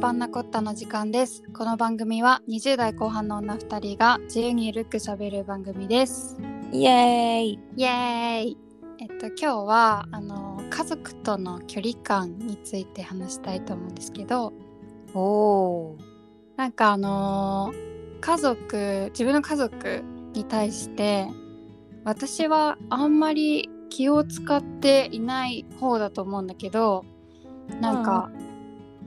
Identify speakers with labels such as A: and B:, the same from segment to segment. A: パンナコッタの時間ですこの番組は20代後半の女2人が自由にルックしゃべる番組です
B: イエーイ
A: イエーイえっと今日はあの家族との距離感について話したいと思うんですけど
B: おー
A: なんかあのー家族自分の家族に対して私はあんまり気を使っていない方だと思うんだけどなんか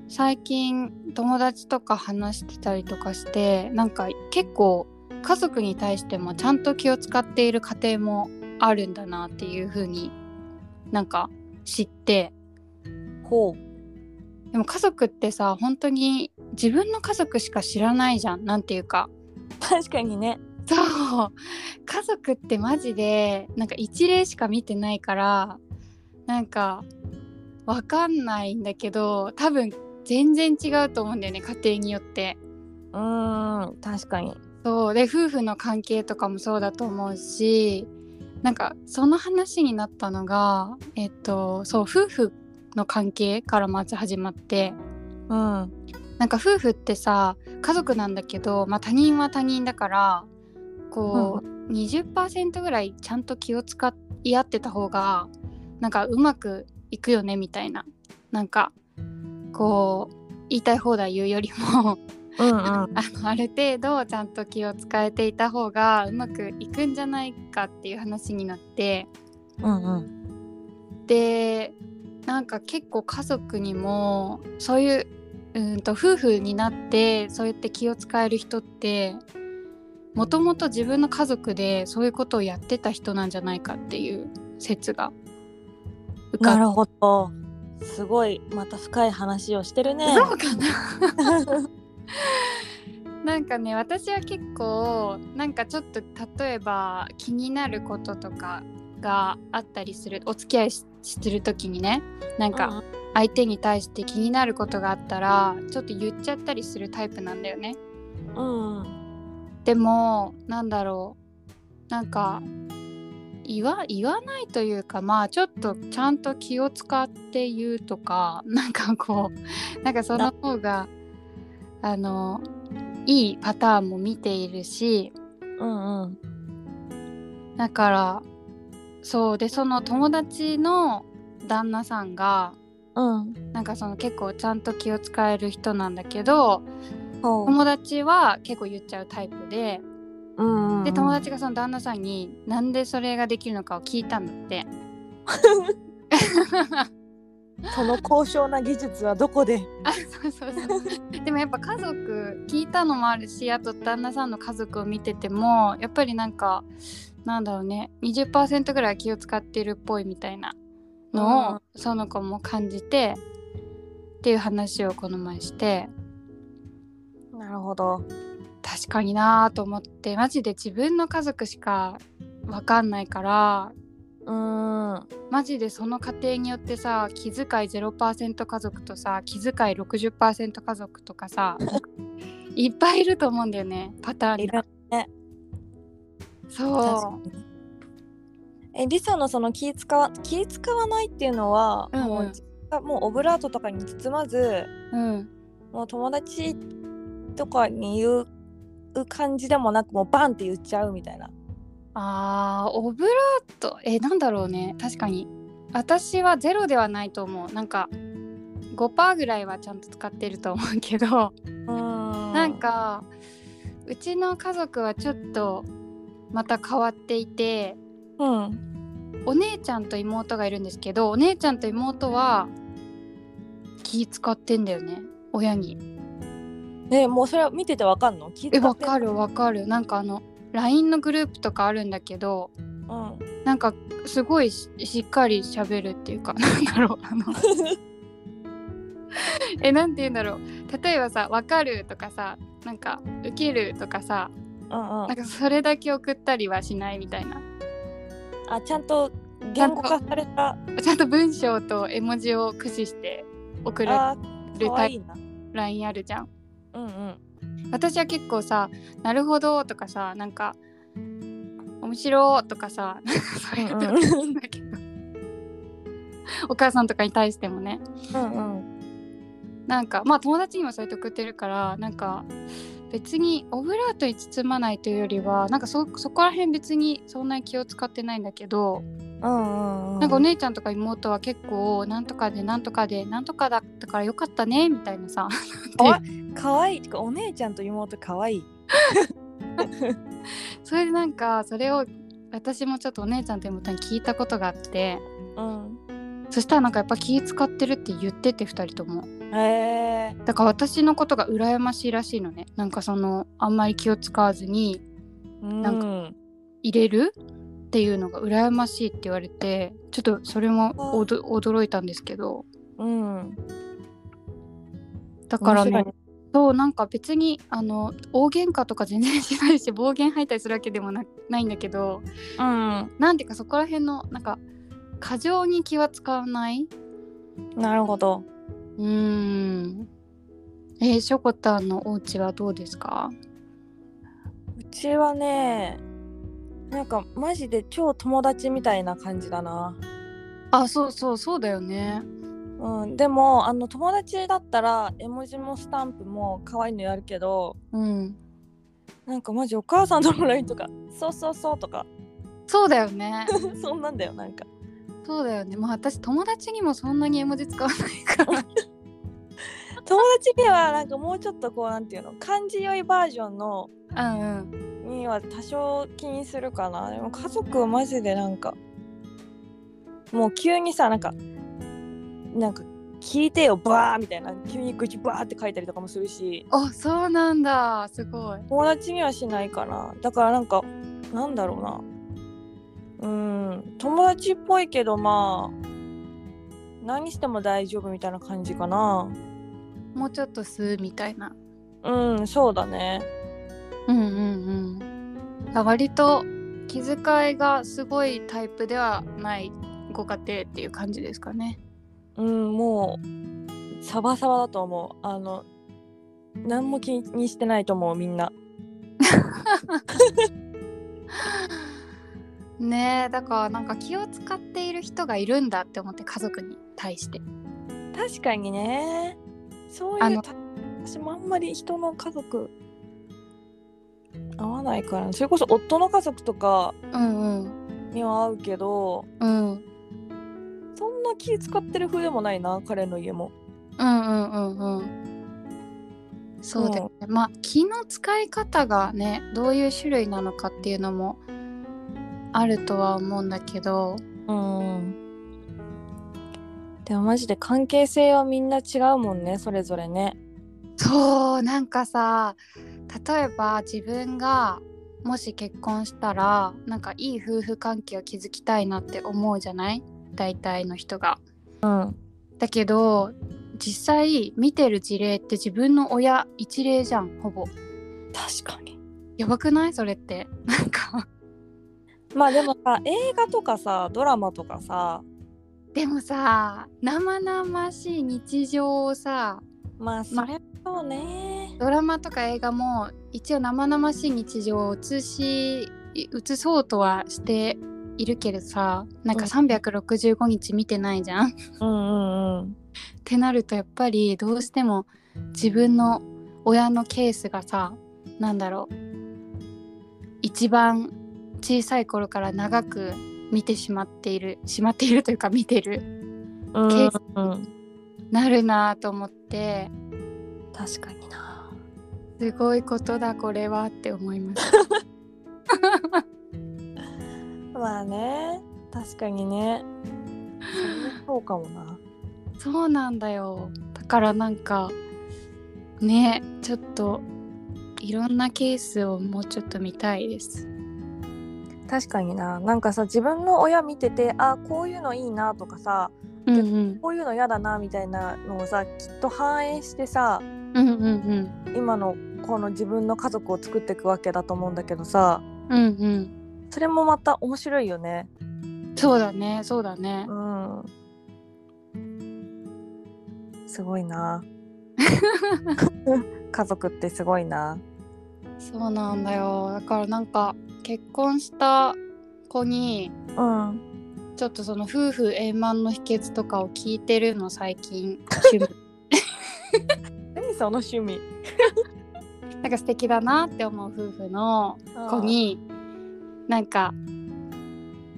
A: 最近友達とか話してたりとかしてなんか結構家族に対してもちゃんと気を使っている家庭もあるんだなっていう風になんか知って
B: ほう
A: でも家族ってさ本当に自分の家族しか知らないじゃんなんていうか
B: 確かにね
A: そう家族ってマジでなんか一例しか見てないからなんかわかんないんだけど多分全然違うと思うんだよね家庭によって
B: うーん確かに
A: そうで夫婦の関係とかもそうだと思うしなんかその話になったのがえっとそう夫婦の関係からまず始まって
B: うん
A: なんか夫婦ってさ家族なんだけど、まあ、他人は他人だからこう、20%ぐらいちゃんと気を使い合ってた方がなんかうまくいくよねみたいななんかこう言いたい放題言うよりも
B: うんうん
A: あのある程度ちゃんと気を使えていた方がうまくいくんじゃないかっていう話になって
B: うんうん
A: でなんか結構家族にもそういううーんと夫婦になってそうやって気を使える人ってもともと自分の家族でそういうことをやってた人なんじゃないかっていう説が浮か
B: なんるほどすごいまた深い話をしてるね
A: そうかな なんかね私は結構なんかちょっと例えば気になることとかがあったりするお付き合いししてる時にねなんか、相手に対して気になることがあったらちょっと言っちゃったりするタイプなんだよね
B: うんうん
A: でもなんだろうなんか言わ言わないというかまあちょっとちゃんと気を使って言うとか なんかこうなんかその方があのいいパターンも見ているし
B: うんうん
A: だからそうでその友達の旦那さんが
B: うん
A: なんかその結構ちゃんと気を使える人なんだけど
B: ほう
A: 友達は結構言っちゃうタイプで
B: うんうん
A: で友達がその旦那さんになんでそれができるのかを聞いたんだって
B: その高尚な技術はどこで
A: あそうそうそう でもやっぱ家族聞いたのもあるしあと旦那さんの家族を見ててもやっぱりなんかなんだろうね20%ぐらい気を使ってるっぽいみたいなのを、その子も感じてっていう話をこの前して
B: なるほど
A: 確かになーと思ってマジで自分の家族しかわかんないから
B: うーん
A: マジでその家庭によってさ気遣い0%家族とさ気遣い60%家族とか さいっぱいいると思うんだよねパターン
B: い
A: が
B: るね確か
A: そ
B: にえリサのその気使わ気使わないっていうのは、
A: うんうん
B: もう自分がもうオブラートとかに包まず
A: ううん
B: もう友達とかに言う感じでもなくもうバンって言っちゃうみたいな。
A: あーオブラートえなんだろうね確かに私はゼロではないと思うなんか5%ぐらいはちゃんと使ってると思うけどな
B: なん
A: かうちの家族はちょっとまた変わっていて
B: うん
A: お姉ちゃんと妹がいるんですけどお姉ちゃんと妹は気使ってんだよね親に
B: ねもうそれは見ててわかんの聞い
A: え
B: て
A: わかるわかるなんかあの LINE のグループとかあるんだけど
B: うん
A: なんかすごいししっかり喋るっていうかなんだろう あのえなんて言うんだろう例えばさ「わかる」とかさなんか「ウケる」とかさ
B: うん
A: な
B: う
A: ん
B: ん
A: かそれだけ送ったりはしないみたいな
B: あちゃんと言語化された
A: ちゃんと文章と絵文字を駆使して送る
B: あ
A: る
B: 可愛いな。
A: LINE あるじゃん
B: うんうん
A: 私は結構さ「なるほど」とかさなんか「面白」とかさそういうことなんだけどお母さんとかに対してもね
B: うんうん
A: なんかまあ友達にもそうやって送ってるからなんか別にオブラートに包まないというよりはなんかそそこら辺別にそんなに気を使ってないんだけど、
B: うんうん、うん、
A: なんかお姉ちゃんとか妹は結構なんとかでなんとかでなんとかだったからよかったねみたいなさ
B: かわいいてかお姉ちゃんと妹かわいい
A: それでなんかそれを私もちょっとお姉ちゃんと妹に聞いたことがあって
B: うん
A: そしたらなんかやっぱ気使ってるって言ってて2人とも
B: へえ
A: だから私のことが羨ましいらしいのねなんかそのあんまり気を使わずに
B: なん
A: か
B: うん
A: 入れるっていうのが羨ましいって言われてちょっとそれもおど驚いたんですけど
B: うん、
A: だから
B: 面
A: ね
B: 白い
A: そうなんか別にあの大喧嘩とか全然しないし 暴言吐いたりするわけでもなないんだけど
B: うん、
A: なんていうかそこら辺のなんか過剰に気は使わない
B: なるほど
A: うーんえー、しょこたんのお家はどうですか
B: うちはねなんかマジで超友達みたいな感じだな、
A: あそうそうそうだよね
B: うん、でもあの友達だったら絵文字もスタンプも可愛いのやるけど
A: うん
B: なんかマジお母さんとの LINE とか「そうそうそう」とか
A: そうだよ ね
B: そんなんだよなんか
A: そうだよねまあ私友達にもそんなに絵文字使わないから
B: 友達にはなんかもうちょっとこうなんていうの漢字良いバージョンの
A: うんうん
B: には多少気にするかなでも家族はマジでなんかもう急にさなんかなんか聞いてよバーみたいな急に愚痴バーって書いたりとかもするし
A: あそうなんだすごい
B: 友達にはしないかなだからなんかなんだろうなうん友達っぽいけどまあ何しても大丈夫みたいな感じかな
A: もうちょっと吸うみたいな
B: うんそうだね
A: うんうんうんあ割と気遣いがすごいタイプではないご家庭っていう感じですかね
B: うんもうサバサバだと思うあの何も気にしてないと思うみんな
A: ねえだからなんか気を使っている人がいるんだって思って家族に対して
B: 確かにねそう
A: あ
B: い
A: の
B: うた私もあんまり人の家族合わないからなそれこそ夫の家族とか
A: うんうん
B: には合うけど
A: うんうん
B: そんな気使ってる風でもないな彼の家も
A: うんうんうんそうだよね、まあ気の使い方がねどういう種類なのかっていうのもあるとは思うんだけど
B: うんでもマジで関係性はみんな違うもんねそれぞれね
A: そうなんかさ例えば自分がもし結婚したらなんかいい夫婦関係を築きたいなって思うじゃない大体の人が。
B: うん
A: だけど実際見てる事例って自分の親一例じゃんほぼ。
B: 確かに
A: やばくないそれって。なんか
B: まあでもさ映画とかさドラマとかさ
A: でもさ生々しい日常をさ
B: まあそれはそうね
A: ドラマとか映画も一応生々しい日常を映し映そうとはしているけどさなんか
B: うん
A: 365日見てないじゃん。 っ
B: うんうんうん
A: てなるとやっぱりどうしても自分の親のケースがさなんだろう一番小さい頃から長く見てしまっているしまっているというか見てる
B: うん
A: ケー
B: うん、
A: なるなぁと思って
B: 確かにな
A: すごいことだこれはって思いました。
B: まあね確かにねそうかもな
A: そうなんだよだからなんかねちょっといろんなケースをもうちょっと見たいです
B: 確かにななんかさ自分の親見ててあこういうのいいなとかさ
A: うんうん
B: こういうの嫌だなみたいなのをさきっと反映してさ
A: うんうんうん
B: 今のこの自分の家族を作っていくわけだと思うんだけどさ
A: うんうん
B: それもまた面白いよね
A: そうだねそうだね
B: うんすご いな家族ってすごいな
A: そうなんだよだからなんか結婚した子に
B: うん
A: ちょっと その夫婦円満の秘訣とかを聞いてるの最近趣味
B: その趣味
A: なんか素敵だなって思う夫婦の子になんか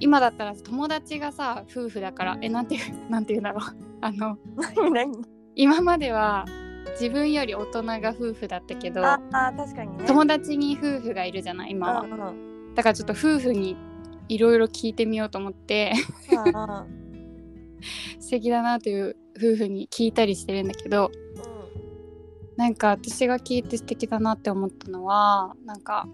A: 今だったら友達がさ夫婦だからえなんて いうなんて言うんだろうあの
B: 何何
A: 今までは自分より大人が夫婦だったけど
B: ああ確かにね
A: 友達に夫婦がいるじゃない今は
B: うんうん
A: だからちょっと夫婦にいろいろ聞いてみようと思って
B: あー
A: 素敵だなという夫婦に聞いたりしてるんだけどなんか私が聞いて素敵だなって思ったのはなんか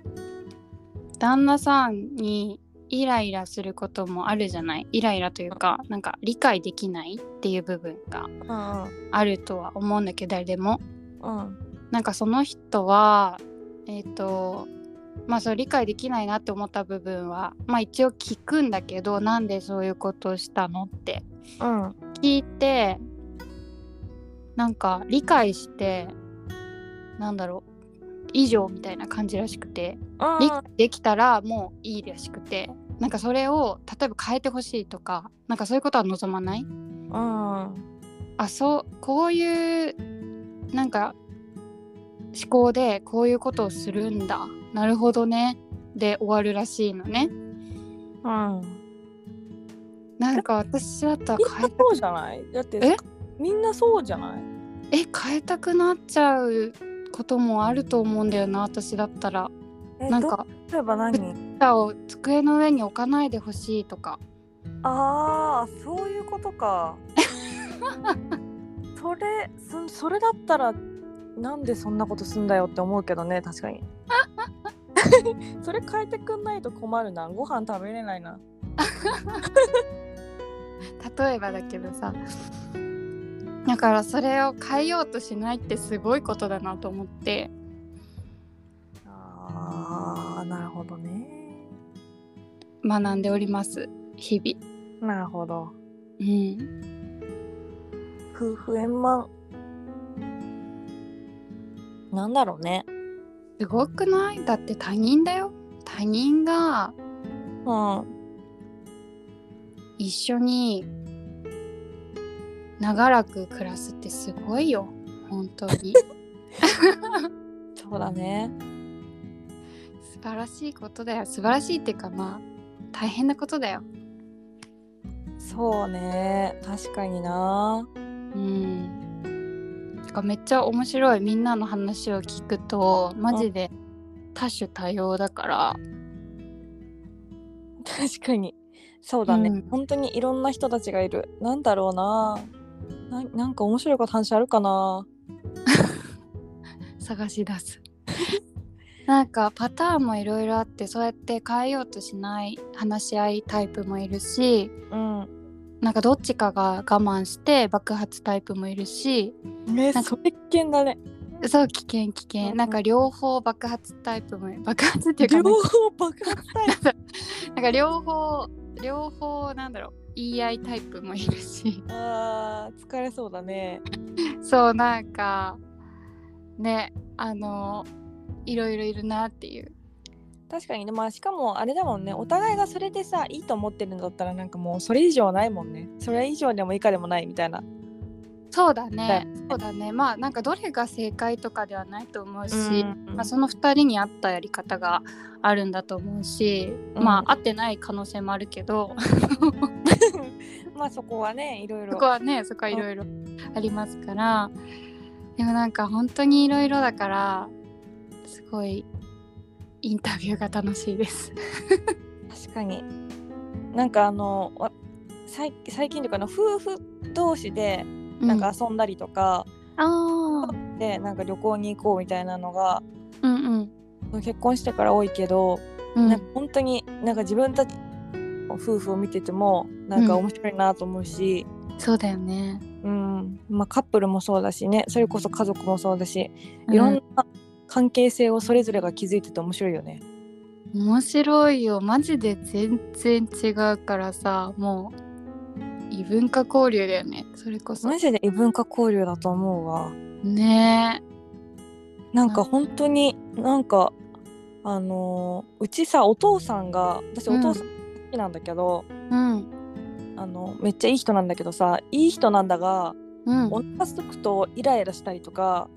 A: 旦那さんにイライラすることもあるじゃないイライラというかなんか理解できないっていう部分が
B: うんうん
A: あるとは思うんだけど誰でも
B: うん
A: なんかその人はえっ、とまあそう理解できないなって思った部分はまあ一応聞くんだけどなんでそういうことをしたのって
B: うんうん
A: 聞いてなんか理解してなんだろう以上みたいな感じらしくて理解できたらもういいらしくてなんかそれを例えば変えてほしいとかなんかそういうことは望まない
B: うん
A: あそうこういうなんか思考でこういうことをするんだなるほどねで終わるらしいのね
B: うん
A: なんか私だったら
B: みん
A: 変え
B: なそうじゃないだって
A: え
B: みんなそうじゃない
A: え変えたくなっちゃうこともあると思うんだよな私だったら
B: え
A: なんか
B: ど例えば何
A: 板を机の上に置かないでほしいとか
B: ああそういうことかそれそそれだったらなんでそんなことすんだよって思うけどね確かにそれ変えてくんないと困るなご飯食べれないな
A: 例えばだけどさだからそれを変えようとしないってすごいことだなと思って
B: あーなるほどね
A: 学んでおります日々。
B: なるほど
A: うん、
B: 夫婦円満なんだろうね
A: すごくないだって他人だよ他人が
B: うん
A: 一緒に長らく暮らすってすごいよ本当に
B: そうだね
A: 素晴らしいことだよ素晴らしいっていうかまあ大変なことだよ
B: そうね確かにな
A: うん。てかめっちゃ面白いみんなの話を聞くとマジで多種多様だから
B: 確かにそうだね、
A: うん
B: 本当にいろんな人たちがいるなんだろうなななんか面白いこと話あるかな
A: 探し出す。 なんかパターンもいろいろあってそうやって変えようとしない話し合いタイプもいるし
B: うん
A: なんかどっちかが我慢して爆発タイプもいるし
B: え
A: なんか
B: それ危険だね
A: そう危険危険なんか両方爆発タイプも爆発っていうか
B: 両
A: なんか
B: 方爆発タイプ
A: なんか両方両方なんだろう言い合いタイプもいるし。
B: あー 疲れそうだね
A: そうなんかねあのいろいろいるなっていう
B: 確かにねまあしかもあれだもんねお互いがそれでさいいと思ってるんだったらなんかもうそれ以上はないもんねそれ以上でも以下でもないみたいな
A: そうだねそうだねまあなんかどれが正解とかではないと思うし、
B: うん
A: まあ、その2人に合ったやり方があるんだと思うし、
B: うん
A: まあ合ってない可能性もあるけど
B: まあそこはねいろいろ
A: そこはねそこはいろいろありますからでもなんか本当にいろいろだからすごいインタビューが楽しいです。
B: 確かになんかあのわ最最近というかあの夫婦同士でなんか遊んだりとか、
A: うん、あー
B: でなんか旅行に行こうみたいなのが
A: うんうん
B: 結婚してから多いけど、
A: うん
B: なんか本当になんか自分たちの夫婦を見ててもなんか
A: うん
B: 面白いなと思うし、
A: そうだよね。
B: うんまあ、カップルもそうだしねそれこそ家族もそうだしいろんな関係性をそれぞれが築いてて面白いよね。
A: 面白いよマジで全然違うからさもう異文化交流だよねそれこそ
B: マジで異文化交流だと思うわ。
A: ね
B: なんか本当になんかあのーうちさお父さんが私
A: うん
B: お父さん好きなんだけど、
A: えうん
B: あのめっちゃいい人なんだけどさいい人なんだが
A: うん
B: お腹すくとイライラしたりとか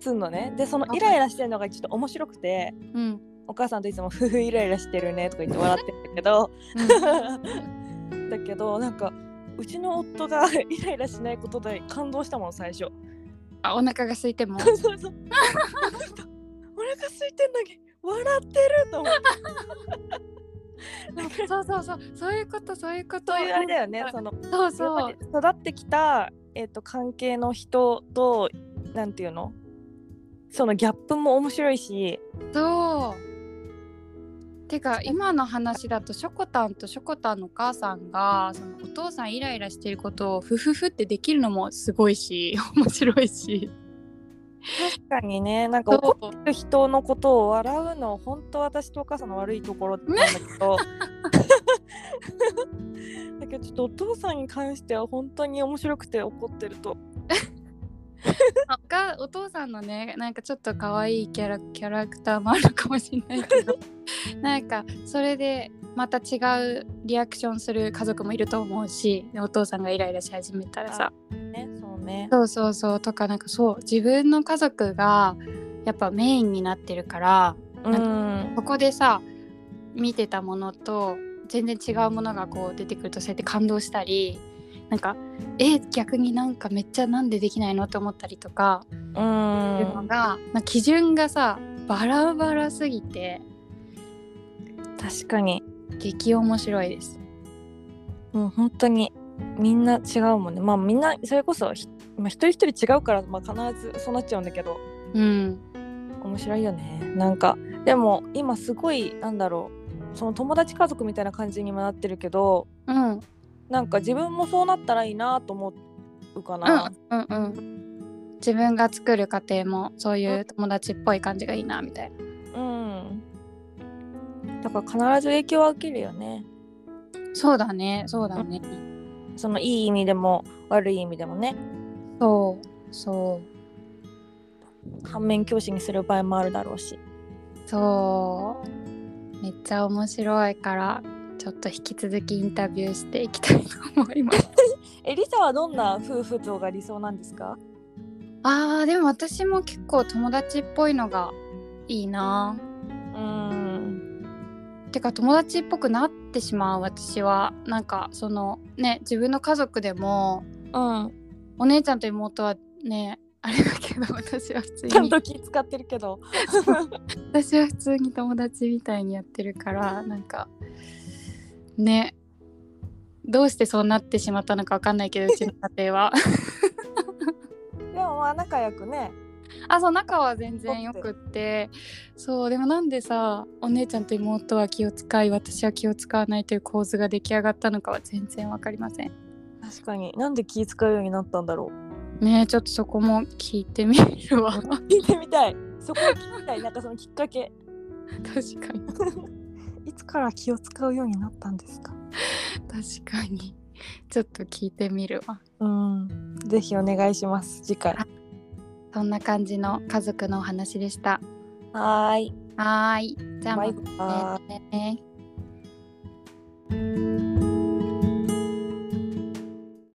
B: すんのねでそのイライラしてるのがちょっと面白くて
A: うん うん
B: お母さんといつも「ふふイライラしてるね」とか言って笑ってるんだけどだけどなんかうちの夫がイライラしないことで感動したもん最初
A: あお腹が空いても
B: そうそうお腹空いてんだけど笑ってると思って
A: そうそうそうそういうことそういうこと
B: そういうあれだよねその
A: そう
B: や
A: そう
B: っぱり育ってきた、えっと関係の人となんていうのそのギャップも面白いし
A: そうてか今の話だとしょこたんとしょこたんのお母さんがそのお父さんイライラしてることをフフフってできるのもすごいし 面白いし
B: 確かにねなんか怒
A: そう
B: ってる人のことを笑うの本当私とお母さんの悪いところなんだけ どだけどちょっとお父さんに関しては本当に面白くて怒ってると
A: おかお父さんのねなんかちょっと可愛いキャラキャラクターもあるかもしれないけど なんかそれでまた違うリアクションする家族もいると思うしお父さんがイライラし始めたらさ
B: ねそうね
A: そうそうそうとかなんかそう自分の家族がやっぱメインになってるから
B: うんうん
A: そこでさ見てたものと全然違うものがこう出てくるとそうやって感動したりなんかえ逆になんかめっちゃなんでできないのって思ったりとかっていうのが、まあ、基準がさバラバラすぎて
B: 確かに
A: 激面白いです。
B: もう本当にみんな違うもんねまあみんなそれこそひ、まあ、一人一人違うから、まあ、必ずそうなっちゃうんだけど
A: うん、
B: 面白いよねなんかでも今すごいなんだろうその友達家族みたいな感じにもなってるけど
A: うん、うん、
B: なんか自分もそうなったらいいなと思うか
A: う
B: な、
A: ん、うん、自分が作る家庭もそういう友達っぽい感じがいいなみたいな。
B: うんだから必ず影響は受けるよね
A: そうだね、そうだね。
B: そのいい意味でも悪い意味でもね
A: そう、そう。
B: 反面教師にする場合もあるだろうし
A: そうめっちゃ面白いからちょっと引き続きインタビューしていきたいと思います
B: えリサはどんな夫婦像が理想なんですか
A: あーでも私も結構友達っぽいのがいいな
B: うん
A: てか友達っぽくなってしまう私はなんかそのね自分の家族でも
B: うん
A: お姉ちゃんと妹はねあれだけど私は普通
B: ちゃん
A: に
B: と気使ってるけど。
A: 私は普通に友達みたいにやってるからなんかねどうしてそうなってしまったのかわかんないけどうちの家庭は
B: でもまあ仲良くね。
A: あそう仲は全然よくってそうでもなんでさお姉ちゃんと妹は気を使い私は気を使わないという構図が出来上がったのかは全然わかりません
B: 確かに。なんで気使うようになったんだろ
A: ねえちょっとそこも聞いてみるわ確
B: う。聞いてみたい。そこを聞きたい。なんかそのきっかけ。
A: かに
B: いつから気を使うようになったんですか。
A: 確かにちょっと聞いてみるわ
B: うん。ぜひお願いします。次回。
A: そんな感じの家族のお話でした
B: はーい。
A: はーいじゃあ
B: バ
A: ま
B: イ
A: た
B: バイ。
A: ね